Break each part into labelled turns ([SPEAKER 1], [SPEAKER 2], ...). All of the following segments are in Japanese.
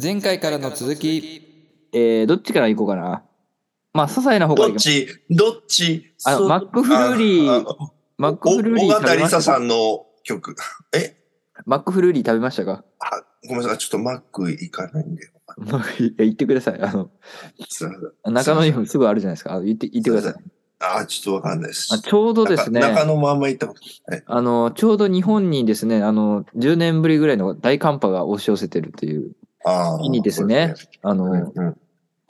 [SPEAKER 1] 前回からの続き
[SPEAKER 2] えー、どっちから行こうかな。まあ、些細な方から
[SPEAKER 3] どっ
[SPEAKER 2] 行きます。
[SPEAKER 3] ち、どっち、
[SPEAKER 2] あの、
[SPEAKER 3] そう
[SPEAKER 2] マックフルーリ
[SPEAKER 3] ああ
[SPEAKER 2] ー、マックフルーリー
[SPEAKER 3] お
[SPEAKER 2] 食
[SPEAKER 3] 小型
[SPEAKER 2] べま
[SPEAKER 3] リサ
[SPEAKER 2] した
[SPEAKER 3] さ
[SPEAKER 2] か
[SPEAKER 3] んの曲。え
[SPEAKER 2] マックフルーリー食べましたか
[SPEAKER 3] あごめんなさい。ちょっとマック行かないんで。
[SPEAKER 2] いや言ってください。あの、
[SPEAKER 3] すいません
[SPEAKER 2] 中野にもすぐあるじゃないですか。あ言って、言ってください。
[SPEAKER 3] あ、ちょっとわかんないです。
[SPEAKER 2] あちょうどですね、
[SPEAKER 3] 中中野もあんま行ったことない。
[SPEAKER 2] あの、ちょうど日本にですね、あの、10年ぶりぐらいの大寒波が押し寄せてるという、
[SPEAKER 3] ああ。
[SPEAKER 2] いいですね
[SPEAKER 3] そ
[SPEAKER 2] あ
[SPEAKER 3] うです
[SPEAKER 2] の、
[SPEAKER 3] ね。うんうん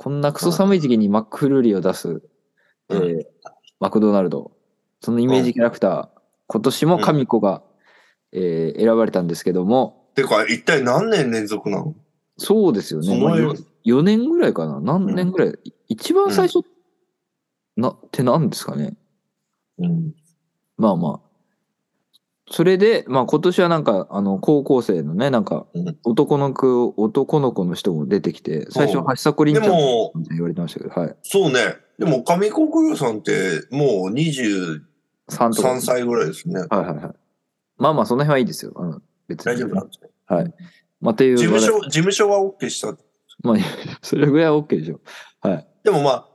[SPEAKER 2] こんなクソ寒い時期にマックフルーリーを出す、え
[SPEAKER 3] う
[SPEAKER 2] ーマクドナルド、そのイメージキャラクター、今年も神子が、えー選ばれたんですけども、
[SPEAKER 3] てか、一体何年連続なの
[SPEAKER 2] そうですよね。
[SPEAKER 3] その
[SPEAKER 2] まあ
[SPEAKER 3] よ
[SPEAKER 2] よ4年ぐらいかな何年ぐらい、一番最初、なって何ですかね
[SPEAKER 3] うん。
[SPEAKER 2] まあまあ。それで、まあ今年はなんか、あの、高校生のね、なんか
[SPEAKER 3] うん、
[SPEAKER 2] 男の子、男の子の人も出てきて、最初、
[SPEAKER 3] おう
[SPEAKER 2] はっさこりんち
[SPEAKER 3] で
[SPEAKER 2] ゃんみ
[SPEAKER 3] も、
[SPEAKER 2] たいに言われてましたけど、はい。
[SPEAKER 3] そうね。でも、上国郎さんって、もう23
[SPEAKER 2] 3とか。
[SPEAKER 3] 歳ぐらいですね。
[SPEAKER 2] はいはいはい。まあまあ、その辺はいいですよ。あの別に。
[SPEAKER 3] 大丈夫なんですね
[SPEAKER 2] はい。まあ、っていう
[SPEAKER 3] 事務
[SPEAKER 2] 話題
[SPEAKER 3] 所、事務所は OK した。
[SPEAKER 2] まあ、いやそれぐらいは OK でしょ。はい。
[SPEAKER 3] でもまあ、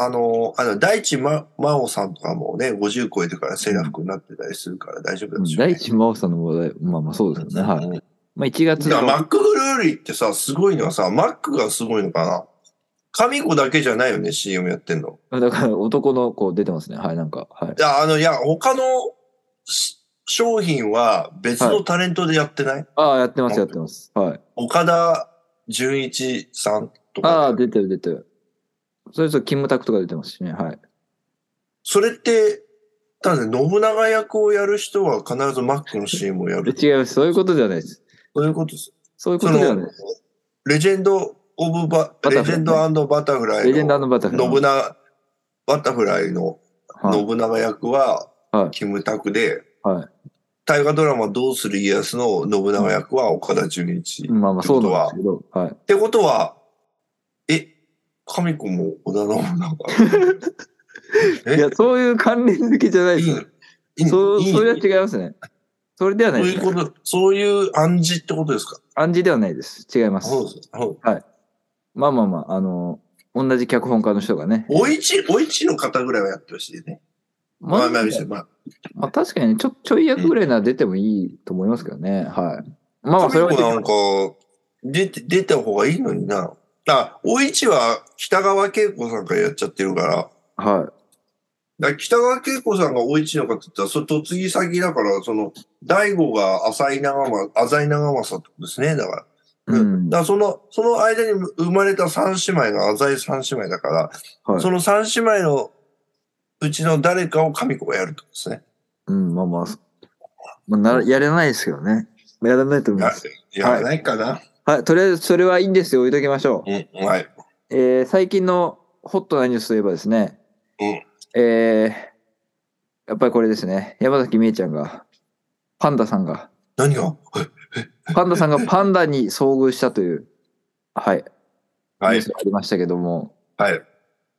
[SPEAKER 3] あのあの、大地ま、真央さんとかもね、50超えてからセーラー服になってたりするから大丈夫
[SPEAKER 2] う
[SPEAKER 3] なん
[SPEAKER 2] ん
[SPEAKER 3] でしょうね。
[SPEAKER 2] 大地真央さんの話題、まあまあ、そうですよね。はい。
[SPEAKER 3] うん
[SPEAKER 2] まあ、1月
[SPEAKER 3] だからマ
[SPEAKER 2] の、
[SPEAKER 3] ックフルーリーってさ、すごいのはさ、マックがすごいのかな。神子だけじゃないよね、CM やってんの。
[SPEAKER 2] だから男の子出てますね。はい、なんか、はい
[SPEAKER 3] い。や、あの、いや、他のし商品は別のタレントでやってない、
[SPEAKER 2] ああ、やってます、やってます。はい。
[SPEAKER 3] 岡田純一さんとか。
[SPEAKER 2] ああ、出てる、出てる。それこそ、キムタクとか出てますしね。はい。
[SPEAKER 3] それって、ただね、信長役をやる人は必ずマックの CM をやる。
[SPEAKER 2] え違います。そういうことじゃないです。
[SPEAKER 3] そういうことです。
[SPEAKER 2] そういうこ
[SPEAKER 3] そ
[SPEAKER 2] とではない
[SPEAKER 3] の
[SPEAKER 2] です。、
[SPEAKER 3] レジェンド・オブバ・
[SPEAKER 2] バタフラ
[SPEAKER 3] レ
[SPEAKER 2] イ
[SPEAKER 3] ジェンドバタフラ
[SPEAKER 2] レ
[SPEAKER 3] イ
[SPEAKER 2] ジェンド
[SPEAKER 3] の
[SPEAKER 2] のバタフライ。
[SPEAKER 3] 信長、バタフライの
[SPEAKER 2] はい
[SPEAKER 3] 信長役は
[SPEAKER 2] はい、
[SPEAKER 3] キムタクで、
[SPEAKER 2] はい
[SPEAKER 3] 大河ドラマどうする家康の信長役は岡田准一。っ
[SPEAKER 2] まあまあ、そうなんですけど。はい。
[SPEAKER 3] てことは、え、神子も織田 信長え
[SPEAKER 2] いや、そういう関連付けじゃない
[SPEAKER 3] い
[SPEAKER 2] で
[SPEAKER 3] い
[SPEAKER 2] す
[SPEAKER 3] の。いいの
[SPEAKER 2] そう、
[SPEAKER 3] いいの
[SPEAKER 2] それは違いますね。それではな
[SPEAKER 3] そ
[SPEAKER 2] いうで
[SPEAKER 3] い
[SPEAKER 2] す
[SPEAKER 3] う。こと、そういう暗示ってことですか
[SPEAKER 2] 暗示ではないです。違います。
[SPEAKER 3] そうです。うん
[SPEAKER 2] まあまあまあ、あの、同じ脚本家の人がね。
[SPEAKER 3] おいち、おいちの方ぐらいはやってほしいね。まあまあ、まあまあ、
[SPEAKER 2] まあ確かにね、ちょ、ちょい役ぐらいなら出てもいいと思いますけどね。はい。まあまあ、それ
[SPEAKER 3] 神
[SPEAKER 2] は
[SPEAKER 3] 子なんか、出て、出た方がいいのにな。あ、おいちは北川景子さんからやっちゃってるから。だか
[SPEAKER 2] は
[SPEAKER 3] ら北川景子さんがおいちのかって言ったら、それ嫁ぎ先だから、その、大悟が浅井長政、浅井長政ってことですね。だから。
[SPEAKER 2] い。うん
[SPEAKER 3] だ。からその、その間に生まれた三姉妹が浅井三姉妹だから、
[SPEAKER 2] はい
[SPEAKER 3] その三姉妹のうちの誰かを神子がやるってことですね。
[SPEAKER 2] うん、まあまあ、そまあ、ならやれないですけどね。やらないと思います。
[SPEAKER 3] やらないかな。
[SPEAKER 2] はい、とりあえずそれはいいんですよ。置いときましょう。
[SPEAKER 3] うん、はい。
[SPEAKER 2] えー最近のホットなニュースといえばですね、
[SPEAKER 3] うん
[SPEAKER 2] えーやっぱりこれですね、山崎みえちゃんが、パンダさんが、
[SPEAKER 3] 何が
[SPEAKER 2] パンダさん がパンダに遭遇したという、はい、
[SPEAKER 3] は
[SPEAKER 2] ニュー
[SPEAKER 3] い
[SPEAKER 2] ス。がありましたけども、
[SPEAKER 3] はい。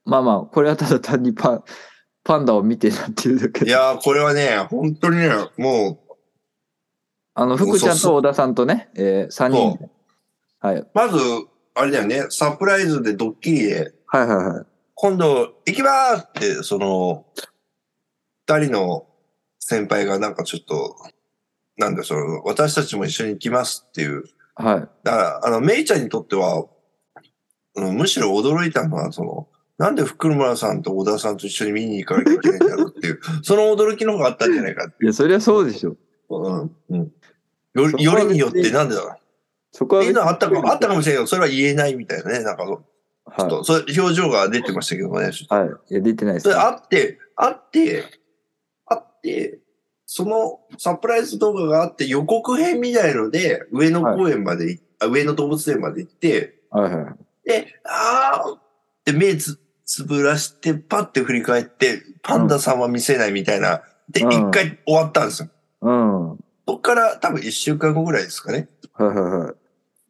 [SPEAKER 2] まあまあ、これはただ単にパンパンダを見てなっていうだけ
[SPEAKER 3] いやー、これはね、本当にね、もう、
[SPEAKER 2] あの、福ちゃんと小田さんとね、え3人で。はい。はい
[SPEAKER 3] まず、あれだよね、サプライズでドッキリで、
[SPEAKER 2] はいはい。
[SPEAKER 3] 今度、行きまーすって、その、二人の先輩がなんかちょっと、なんだ、その、私たちも一緒に行きますっていう。
[SPEAKER 2] はい。
[SPEAKER 3] だから、あの、メイちゃんにとっては、うんむしろ驚いたのは、その、なんで福村さんと小田さんと一緒に見に行かなきゃいけないんだろうっていう、その驚きの方があったんじゃないかって
[SPEAKER 2] いや、そりゃそうでしょ。
[SPEAKER 3] うん。うん。より、よりによってなんでだろう。
[SPEAKER 2] そこ
[SPEAKER 3] っ
[SPEAKER 2] は
[SPEAKER 3] てい
[SPEAKER 2] 別に。
[SPEAKER 3] うのはあったかも、あったかもしれないけど、それは言えないみたいなね。なんか、ちょ
[SPEAKER 2] は
[SPEAKER 3] っと、それ表情が出てましたけどね。
[SPEAKER 2] い。はい。いや、出てないです
[SPEAKER 3] そ
[SPEAKER 2] ね、
[SPEAKER 3] れあって、あって、あって、そのサプライズ動画があって予告編みたいので、上野公園まで行っ、あ上野動物園まで行って、
[SPEAKER 2] はいはい。
[SPEAKER 3] で、あーって目つ、つぶらして、パッて振り返って、パンダさんは見せないみたいな。で、
[SPEAKER 2] うん
[SPEAKER 3] 一回終わったんですよ。
[SPEAKER 2] うん。はい
[SPEAKER 3] そっから多分一週間後ぐらいですかね。
[SPEAKER 2] はいは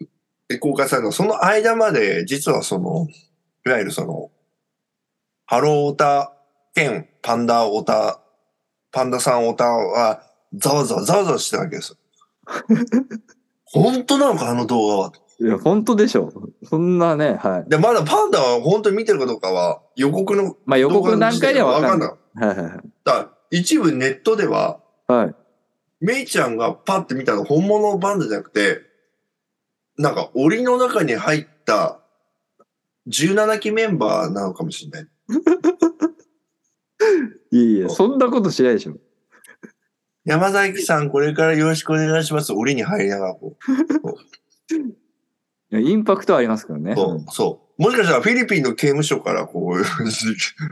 [SPEAKER 2] い。
[SPEAKER 3] で公開されたのその間まで、実はその、いわゆるその、ハローオタ兼パンダオタ、パンダさんオタは、 ざわざわざわざわしてたわけですよ。本当なのか、あの動画は。
[SPEAKER 2] いや、本当でしょ。そんなね、はい。
[SPEAKER 3] で、まだパンダは本当に見てるかどうかは予告の
[SPEAKER 2] まあ予
[SPEAKER 3] 動
[SPEAKER 2] 告
[SPEAKER 3] 画の
[SPEAKER 2] 段
[SPEAKER 3] 時点
[SPEAKER 2] 階で
[SPEAKER 3] で
[SPEAKER 2] は
[SPEAKER 3] わ
[SPEAKER 2] 分
[SPEAKER 3] か
[SPEAKER 2] か
[SPEAKER 3] ん
[SPEAKER 2] ん
[SPEAKER 3] な
[SPEAKER 2] ないい。。はいはいはい
[SPEAKER 3] だから一部ネットでは、
[SPEAKER 2] はい。
[SPEAKER 3] メイちゃんがパッて見たの本物のパンダじゃなくて、なんか檻の中に入った17期メンバーなのかもしれない。
[SPEAKER 2] いやいや、そんなことしないでしょ。
[SPEAKER 3] 山崎さん、これからよろしくお願いします。檻に入りながらこう。
[SPEAKER 2] いやインパクトはありますけどね。
[SPEAKER 3] そう。そうもしかしたらフィリピンの刑務所からこう、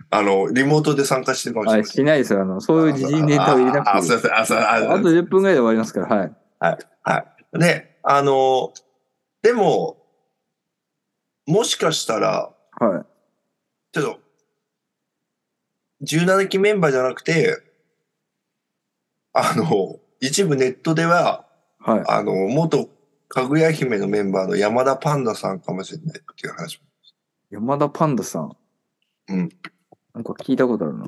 [SPEAKER 3] あの、リモートで参加してるかもし
[SPEAKER 2] は
[SPEAKER 3] れ
[SPEAKER 2] い、
[SPEAKER 3] ない。
[SPEAKER 2] しないですよ。あの、そういう時事ネタを入れな
[SPEAKER 3] あ、
[SPEAKER 2] く
[SPEAKER 3] す
[SPEAKER 2] て
[SPEAKER 3] い
[SPEAKER 2] いい。
[SPEAKER 3] ません。あ、すいません。
[SPEAKER 2] あと10分ぐらいで終わりますから、はい。
[SPEAKER 3] ね、あの、でも、もしかしたら、
[SPEAKER 2] はい。
[SPEAKER 3] ちょっと、17期メンバーじゃなくて、あの、一部ネットでは、
[SPEAKER 2] はい。
[SPEAKER 3] あの、元かぐや姫のメンバーの山田パンダさんかもしれないっていう話も。
[SPEAKER 2] 山田パンダさん。
[SPEAKER 3] うん。
[SPEAKER 2] なんか聞いたことあるな。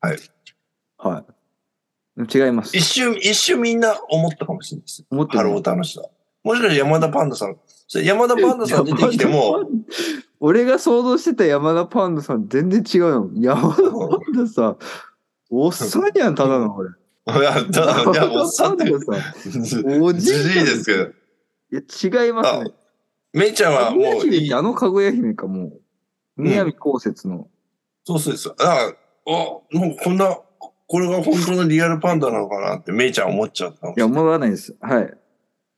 [SPEAKER 3] はい。
[SPEAKER 2] はい。違います
[SPEAKER 3] 一。瞬、一瞬みんな思ったかもしれないです。
[SPEAKER 2] 思って
[SPEAKER 3] ハ
[SPEAKER 2] ない
[SPEAKER 3] ロータの人は。もしかして山田パンダさん、それ山田パンダさん出てきて
[SPEAKER 2] 山
[SPEAKER 3] も
[SPEAKER 2] 田、パンダ。俺が想像してた山田パンダさん全然違うよ。山田パンダさん、おっさんやん、ただの俺。
[SPEAKER 3] いや、 だいやおっさんって、
[SPEAKER 2] 山田パンダさ
[SPEAKER 3] じ
[SPEAKER 2] んおじい
[SPEAKER 3] じいですけど。
[SPEAKER 2] ど。いや、違います
[SPEAKER 3] あ
[SPEAKER 2] ね。、
[SPEAKER 3] めいちゃんは
[SPEAKER 2] かぐや
[SPEAKER 3] もう
[SPEAKER 2] 姫っ
[SPEAKER 3] いい
[SPEAKER 2] て、あのかぐや姫か、もう。
[SPEAKER 3] うん
[SPEAKER 2] 南こうせつの。
[SPEAKER 3] そうそうです。だから、あ、もうこんな、これが本当のリアルパンダなのかなって、めいちゃん思っちゃった
[SPEAKER 2] い
[SPEAKER 3] の
[SPEAKER 2] や、思わないです。はい。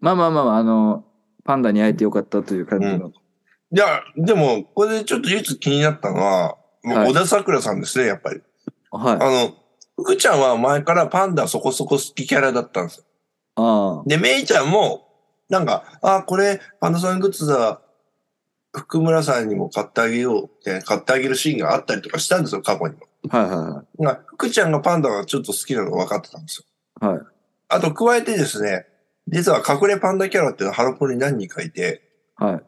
[SPEAKER 2] まあまあまあまあ、あの、パンダに会えてよかったという感じの。
[SPEAKER 3] いや、でも、これでちょっと唯一気になったのは、もう
[SPEAKER 2] はい
[SPEAKER 3] 小田桜さんですね、やっぱり。
[SPEAKER 2] はい。
[SPEAKER 3] あの、福ちゃんは前からパンダそこそこ好きキャラだったんですよ。
[SPEAKER 2] あ
[SPEAKER 3] で、めいちゃんも、なんか、あ、これ、パンダさんグッズだ、福村さんにも買ってあげようって、買ってあげるシーンがあったりとかしたんですよ、過去にも。
[SPEAKER 2] あ。はいはいはい。
[SPEAKER 3] なんか福ちゃんがパンダがちょっと好きなのが分かってたんですよ。
[SPEAKER 2] はい。
[SPEAKER 3] あと加えてですね、実は隠れパンダキャラっていうのはハロプロに何人かいて、
[SPEAKER 2] はい。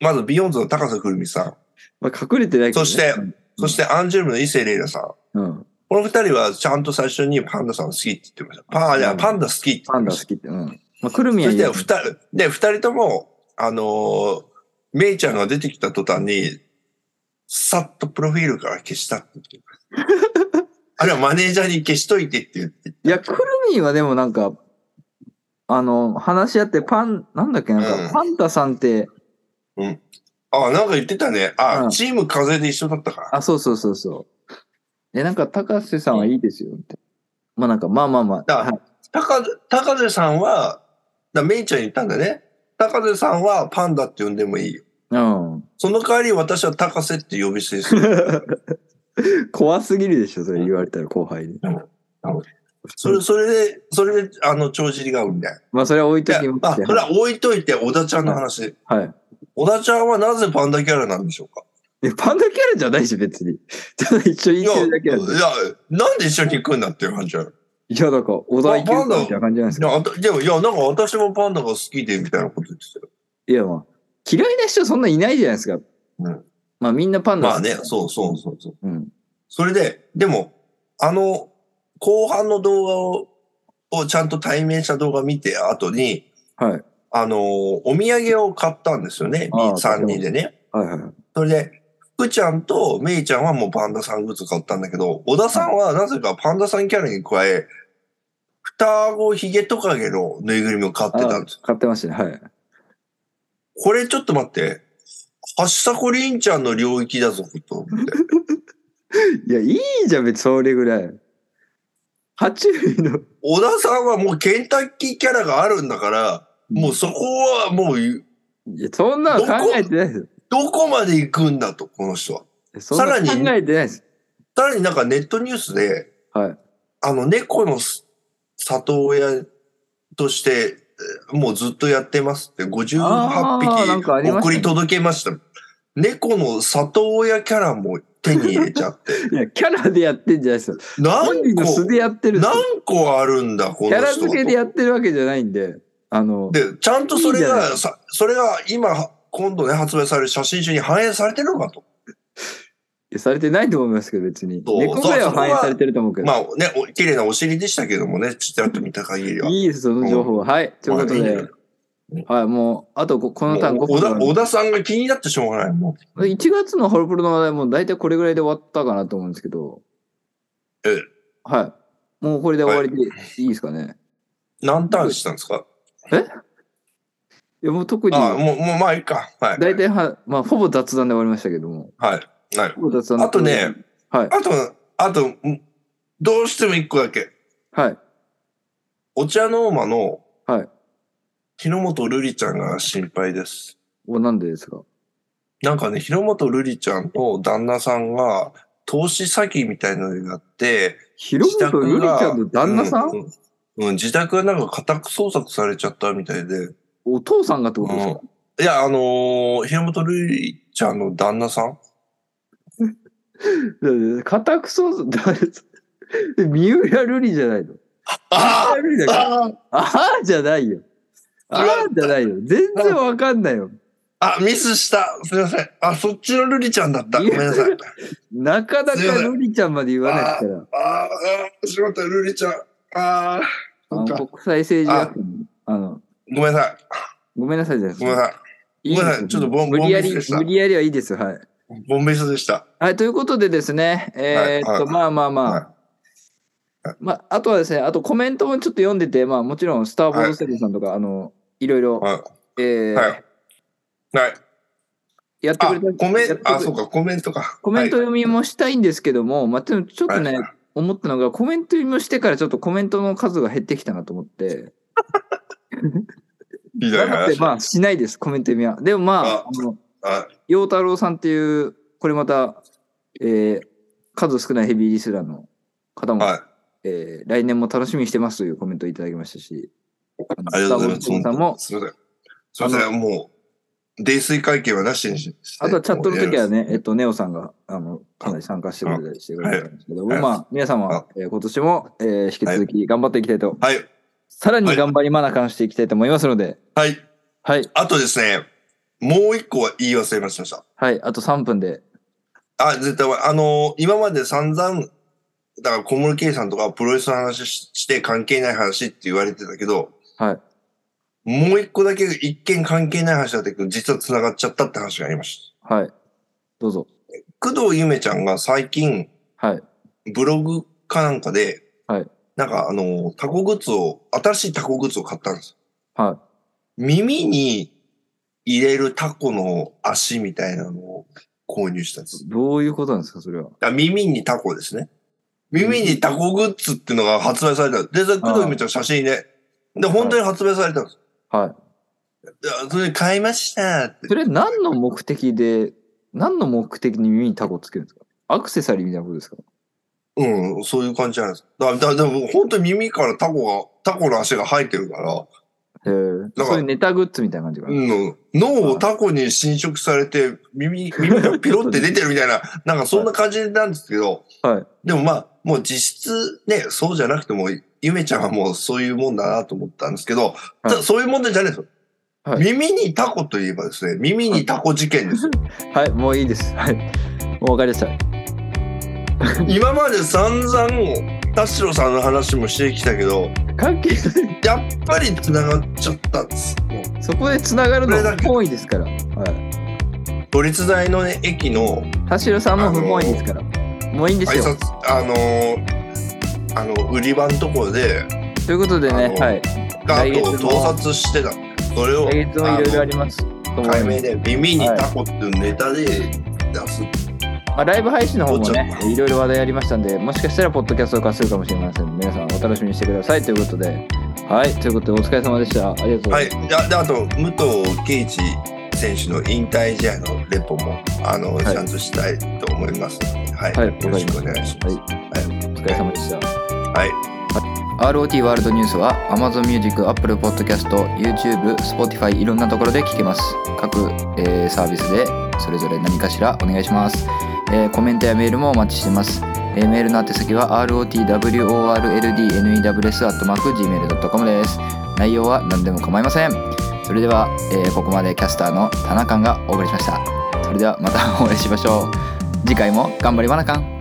[SPEAKER 3] まずビヨンズの高瀬くるみさん、
[SPEAKER 2] まあ、隠れてないけど、ね。
[SPEAKER 3] そして
[SPEAKER 2] うん、
[SPEAKER 3] そしてアンジュルムの伊勢レイラさん。
[SPEAKER 2] うん。
[SPEAKER 3] この二人はちゃんと最初にパンダさんを好きって言ってました。パン、いやパンダ好きって言
[SPEAKER 2] パ
[SPEAKER 3] っ
[SPEAKER 2] ンダ
[SPEAKER 3] てま
[SPEAKER 2] 好
[SPEAKER 3] し
[SPEAKER 2] きって。うん。まあ、くるみ
[SPEAKER 3] た。
[SPEAKER 2] はいい
[SPEAKER 3] そして
[SPEAKER 2] よ
[SPEAKER 3] 二人、で、二人とも、あのー、メイちゃんが出てきた途端に、さっとプロフィールから消したって言って ましたあれはマネージャーに消しといてって言って。
[SPEAKER 2] いや、くるみはでもなんか、あの、話し合って、パン、なんだっけ、なんか、
[SPEAKER 3] うん
[SPEAKER 2] パンダさんって、
[SPEAKER 3] あ、なんか言ってたね。あ、
[SPEAKER 2] うん
[SPEAKER 3] チーム風で一緒だったから。
[SPEAKER 2] あ、そうそうそうそう。え、なんか、高瀬さんはいいですよ、みたいな。まあなんか、まあまあまあ。
[SPEAKER 3] だ
[SPEAKER 2] はい、
[SPEAKER 3] 高瀬高瀬さんは、だメイちゃんに言ったんだね。高瀬さんはパンダって呼んでもいいよ。
[SPEAKER 2] うん。
[SPEAKER 3] その代わり私は高瀬って呼び捨てにする。
[SPEAKER 2] 怖すぎるでしょ、それ言われたら後輩に。
[SPEAKER 3] それ、それで、それで、あの、帳尻が合うみたいな。
[SPEAKER 2] まあ、それは置いと
[SPEAKER 3] い
[SPEAKER 2] き
[SPEAKER 3] や
[SPEAKER 2] ま
[SPEAKER 3] あ、
[SPEAKER 2] して。
[SPEAKER 3] それは置いといて、小田ちゃんの話。
[SPEAKER 2] はい。
[SPEAKER 3] 小田ちゃんはなぜパンダキャラなんでしょうか
[SPEAKER 2] いや、パンダキャラじゃないし、別に。 ただ一緒に
[SPEAKER 3] い
[SPEAKER 2] 行って
[SPEAKER 3] や、い
[SPEAKER 2] るだけ
[SPEAKER 3] や
[SPEAKER 2] なんで。、
[SPEAKER 3] なんで一緒に行くんだっていう話じゃん。い
[SPEAKER 2] いや、なんか、小田行けるかみたいな感じなんです
[SPEAKER 3] や、
[SPEAKER 2] か。
[SPEAKER 3] あたでも、いや、なんか私もパンダが好きで、みたいなこと言ってたよ。
[SPEAKER 2] いや、まあ、嫌いな人そんないないじゃないですか。
[SPEAKER 3] うん
[SPEAKER 2] まあ、みんなパンダ
[SPEAKER 3] ま
[SPEAKER 2] 好
[SPEAKER 3] あ
[SPEAKER 2] きで
[SPEAKER 3] ね
[SPEAKER 2] す、
[SPEAKER 3] そうそうそうそう。
[SPEAKER 2] うん。
[SPEAKER 3] それで、でも、あの、後半の動画を、をちゃんと対面した動画見て、後に、
[SPEAKER 2] はい。
[SPEAKER 3] あの、お土産を買ったんですよね。
[SPEAKER 2] ああ
[SPEAKER 3] 3人でね。
[SPEAKER 2] はいはいはい。
[SPEAKER 3] それで、福ちゃんとめいちゃんはもうパンダさんグッズ買ったんだけど、小田さんはなぜかパンダさんキャラに加え、双子ヒゲトカゲのぬいぐるみを買ってたんです。
[SPEAKER 2] 買ってましたね。はい。
[SPEAKER 3] これちょっと待って、はっさこりんちゃんの領域だぞ、と思って。
[SPEAKER 2] いや、いいじゃん、別にそれぐらい。爬虫類の。
[SPEAKER 3] 小田さんはもうケンタッキーキャラがあるんだから、もうそこはもう、
[SPEAKER 2] いや、そんなの考えてないですよ
[SPEAKER 3] どこまで行くんだと、この人は。
[SPEAKER 2] いや。そんなの
[SPEAKER 3] さらに
[SPEAKER 2] 考えてないです。
[SPEAKER 3] さらになんかネットニュースで、
[SPEAKER 2] はい。
[SPEAKER 3] あの、猫のす里親として、えーもうずっとやってますって、58
[SPEAKER 2] あーなんかありまし
[SPEAKER 3] 匹
[SPEAKER 2] た
[SPEAKER 3] 送
[SPEAKER 2] ね
[SPEAKER 3] り届けました。猫の里親キャラも手に入れちゃって。
[SPEAKER 2] いや、キャラでやってんじゃ ないですよ。本
[SPEAKER 3] 何
[SPEAKER 2] 人の素
[SPEAKER 3] 個、
[SPEAKER 2] でやってるんですよ
[SPEAKER 3] 何個あるんだ、こ
[SPEAKER 2] キ
[SPEAKER 3] の
[SPEAKER 2] ャラ
[SPEAKER 3] 人
[SPEAKER 2] 付けで
[SPEAKER 3] は
[SPEAKER 2] やってるわけじゃないんで、あの
[SPEAKER 3] と。、で、ちゃんとそれ
[SPEAKER 2] いいじゃない
[SPEAKER 3] が、さそれが今、今度ね、発売される写真集に反映されてるのかと。
[SPEAKER 2] いやされてないと思いますけど、別に。
[SPEAKER 3] そう
[SPEAKER 2] 猫ぐらいは反映されてると思うけど。
[SPEAKER 3] まあね、お綺麗なお尻でしたけどもね、ちらっと見た限りは。
[SPEAKER 2] いいです、その情報は。はい。ということ
[SPEAKER 3] まあいい
[SPEAKER 2] で
[SPEAKER 3] ね、
[SPEAKER 2] はい、もう、あとここのターン
[SPEAKER 3] もう
[SPEAKER 2] 5
[SPEAKER 3] 小田
[SPEAKER 2] 分
[SPEAKER 3] 小田さんが気になってしょうがない。もう
[SPEAKER 2] 1月のホロプロの話題も大体これぐらいで終わったかなと思うんですけど。
[SPEAKER 3] ええ
[SPEAKER 2] はい。もうこれで終わりでいいですかね。い、
[SPEAKER 3] 何ターンしたんですか
[SPEAKER 2] や、もう特に、
[SPEAKER 3] ああ、
[SPEAKER 2] 大
[SPEAKER 3] もう、もう、まあいいか。はい。
[SPEAKER 2] 体は、まあ、ほぼ雑談で終わりましたけども。
[SPEAKER 3] はい。はい。
[SPEAKER 2] ほぼ雑談
[SPEAKER 3] あとね。、
[SPEAKER 2] はい。
[SPEAKER 3] あと、あと、んどうしても一個だけ。
[SPEAKER 2] はい。
[SPEAKER 3] お茶の間の、
[SPEAKER 2] はい。
[SPEAKER 3] 日の本瑠璃ちゃんが心配です。
[SPEAKER 2] お、なんでですか
[SPEAKER 3] なんかね、日の本瑠璃ちゃんと旦那さんが、投資詐欺みたいなのになって、
[SPEAKER 2] 広本ゆりちゃんの旦那さん、
[SPEAKER 3] ううんうん、自宅がなんか家宅捜索されちゃったみたいで。
[SPEAKER 2] お父さんがってことですか、
[SPEAKER 3] いや、あのー、平本瑠璃ちゃんの旦那さん
[SPEAKER 2] 家宅捜査、誰ですえ三浦瑠麗じゃないの。
[SPEAKER 3] あ
[SPEAKER 2] 三浦瑠麗だから。
[SPEAKER 3] あ
[SPEAKER 2] ああじゃないよ。ああじゃないよ。全然わかんないよ。
[SPEAKER 3] あ、ミスした。すいません。あ、そっちの瑠璃ちゃんだった。ごめんなさい。
[SPEAKER 2] なかなか瑠麗ちゃんまで言わないですから。
[SPEAKER 3] ああ、しまった、瑠璃ちゃん。ああ、
[SPEAKER 2] あ
[SPEAKER 3] そ
[SPEAKER 2] の
[SPEAKER 3] っか。
[SPEAKER 2] 国際政治学部あの、
[SPEAKER 3] ごめんなさい。
[SPEAKER 2] ごめんなさいじゃないです
[SPEAKER 3] ごめんな
[SPEAKER 2] か。
[SPEAKER 3] さ
[SPEAKER 2] いいです
[SPEAKER 3] ごめんなさいちょっとボン
[SPEAKER 2] 無理や
[SPEAKER 3] ボン
[SPEAKER 2] り、
[SPEAKER 3] ミスでした
[SPEAKER 2] 無理やりはいいですよ。はい。
[SPEAKER 3] い。ボンベスでした。
[SPEAKER 2] はい、ということでですね、えーっと、
[SPEAKER 3] はいはい
[SPEAKER 2] まあまあまあ、
[SPEAKER 3] は
[SPEAKER 2] まあ、あとはですね、あとコメントもちょっと読んでて、まあもちろん、スター・ボード・セブンさんとか、あの、いろいろ、
[SPEAKER 3] い。は
[SPEAKER 2] え
[SPEAKER 3] い。
[SPEAKER 2] ー
[SPEAKER 3] はい。はい、
[SPEAKER 2] やってく
[SPEAKER 3] あ
[SPEAKER 2] れた、
[SPEAKER 3] コメ
[SPEAKER 2] や
[SPEAKER 3] ン
[SPEAKER 2] って
[SPEAKER 3] ト、
[SPEAKER 2] くれ
[SPEAKER 3] あ、そうか、コメントか。
[SPEAKER 2] コメント
[SPEAKER 3] はい
[SPEAKER 2] 読みもしたいんですけども、まあ、でもちょっとね、
[SPEAKER 3] は
[SPEAKER 2] 思ったのが、コメント読みをしてからちょっとコメントの数が減ってきたなと思って、
[SPEAKER 3] ひどい
[SPEAKER 2] なので、
[SPEAKER 3] 話。
[SPEAKER 2] まあ、しないです、コメント読みは。でもまあ、
[SPEAKER 3] あ
[SPEAKER 2] あの、
[SPEAKER 3] あ
[SPEAKER 2] 陽太郎さんっていう、これまた、えー数少ないヘビーリスラーの方も、
[SPEAKER 3] はい。
[SPEAKER 2] えー来年も楽しみにしてますというコメントをいただきましたし、あの
[SPEAKER 3] ありがとうございま
[SPEAKER 2] スターウォーズさんも
[SPEAKER 3] す。、すみません。すみません、もう、泥酔会見はなしにして。
[SPEAKER 2] あとはチャットの時は
[SPEAKER 3] ね。
[SPEAKER 2] ね、えっと、ネオさんが、あの、かなり参加してくれたりしてくれたんですけども、
[SPEAKER 3] はい
[SPEAKER 2] まあ、皆様
[SPEAKER 3] あ、
[SPEAKER 2] えー今年も、えー引き続き頑張っていきたいと、
[SPEAKER 3] はい。
[SPEAKER 2] さらに頑張りマナカンしていきたいと思いますので、
[SPEAKER 3] はい。
[SPEAKER 2] はい、
[SPEAKER 3] あとですね、もう一個は言い忘れました。
[SPEAKER 2] はい、あと3分で、
[SPEAKER 3] あ、絶対、あのー今まで散々、だからコミュニケーションとかプロレスの話しして関係ない話って言われてたけど、
[SPEAKER 2] はい。
[SPEAKER 3] もう一個だけ一見関係ない話だったけど、実は繋がっちゃったって話がありまし
[SPEAKER 2] はい、どうぞ。
[SPEAKER 3] た。工藤ゆめちゃんが最近、
[SPEAKER 2] はい、
[SPEAKER 3] ブログかなんかで、
[SPEAKER 2] はい
[SPEAKER 3] なんかあのータコグッズを、新しいタコグッズを買ったんです。
[SPEAKER 2] は
[SPEAKER 3] 耳に入れるタコの足みたいなのを購入したんです。
[SPEAKER 2] い、どういうことなんですか、それは。
[SPEAKER 3] あ耳にタコですね。耳にタコグッズっていうのが発売された。で、それ工藤美ちゃん写真で。で、本当に発売されたんです。
[SPEAKER 2] はい
[SPEAKER 3] やそれ買いましたって
[SPEAKER 2] い。。それ、何の目的で、何の目的に耳にタコつけるんですかアクセサリーみたいなことですか
[SPEAKER 3] うん、そういう感じなんです。だから、だからでも本当に耳からタコが、タコの足が生えてるから、
[SPEAKER 2] へえ
[SPEAKER 3] ら
[SPEAKER 2] そういうネタグッズみたいな感じかな。
[SPEAKER 3] うん、脳をタコに侵食されて、耳、耳がピロって出てるみた いな、なんかそんな感じなんですけど、
[SPEAKER 2] はい。
[SPEAKER 3] でもまあ、もう実質ね、そうじゃなくても、ゆめちゃんはもうそういうもんだなと思ったんですけど、ただそういう問題じゃないですよ。
[SPEAKER 2] はい
[SPEAKER 3] 耳にタコといえばですね、耳にタコ事件ですよ。
[SPEAKER 2] はい、もういいです。はい。もう分かりました。
[SPEAKER 3] 今まで散々、田代さんの話もしてきたけど、
[SPEAKER 2] 関係ない。
[SPEAKER 3] やっぱり繋がっちゃったんです。もう
[SPEAKER 2] そこでつながるの
[SPEAKER 3] これ
[SPEAKER 2] は
[SPEAKER 3] だ
[SPEAKER 2] 不
[SPEAKER 3] け
[SPEAKER 2] 本意ですから。はい。
[SPEAKER 3] 都立大の、ね、駅の
[SPEAKER 2] 田代さんも不本意ですから。もういいんです
[SPEAKER 3] 挨
[SPEAKER 2] よ。
[SPEAKER 3] 拶、あのーあの、売り場のところで、
[SPEAKER 2] ということでね、
[SPEAKER 3] あの
[SPEAKER 2] はい。
[SPEAKER 3] ガート
[SPEAKER 2] 来月も
[SPEAKER 3] を盗撮してた。それを、
[SPEAKER 2] 来月もいろいろあります。と
[SPEAKER 3] あ
[SPEAKER 2] 思
[SPEAKER 3] の
[SPEAKER 2] い
[SPEAKER 3] 解
[SPEAKER 2] ま
[SPEAKER 3] 明
[SPEAKER 2] す。
[SPEAKER 3] で、耳にタコっていうネタで出す。
[SPEAKER 2] まあ、ライブ配信の方も
[SPEAKER 3] どう
[SPEAKER 2] ね
[SPEAKER 3] ち、
[SPEAKER 2] いろいろ話題ありましたんで、もしかしたらポッドキャスト化するかもしれませんので。皆さんお楽しみにしてくださいということで。はい。ということでお疲れ様でした。ありがとうございます。
[SPEAKER 3] はい、であであと武藤敬司選手の引退試合のレポもあの、
[SPEAKER 2] い
[SPEAKER 3] ちゃんとしたいと思いますので、はい
[SPEAKER 2] はい、
[SPEAKER 3] よろしくお願いしま
[SPEAKER 2] は
[SPEAKER 3] す。
[SPEAKER 2] い、お疲れ様でした。
[SPEAKER 3] はい。
[SPEAKER 2] ROT ワールドニュースは Amazon Music、Apple Podcast、YouTube、Spotify いろんなところで聞けます。各、えーサービスでそれぞれ何かしらお願いします。えーコメントやメールもお待ちしてます。えーメールの宛先は rotworldnews.gmail.com です。内容は何でも構いません。それでは、えーここまでキャスターの田中がお送りしました。それではまたお会いしましょう。次回も頑張りまなかん。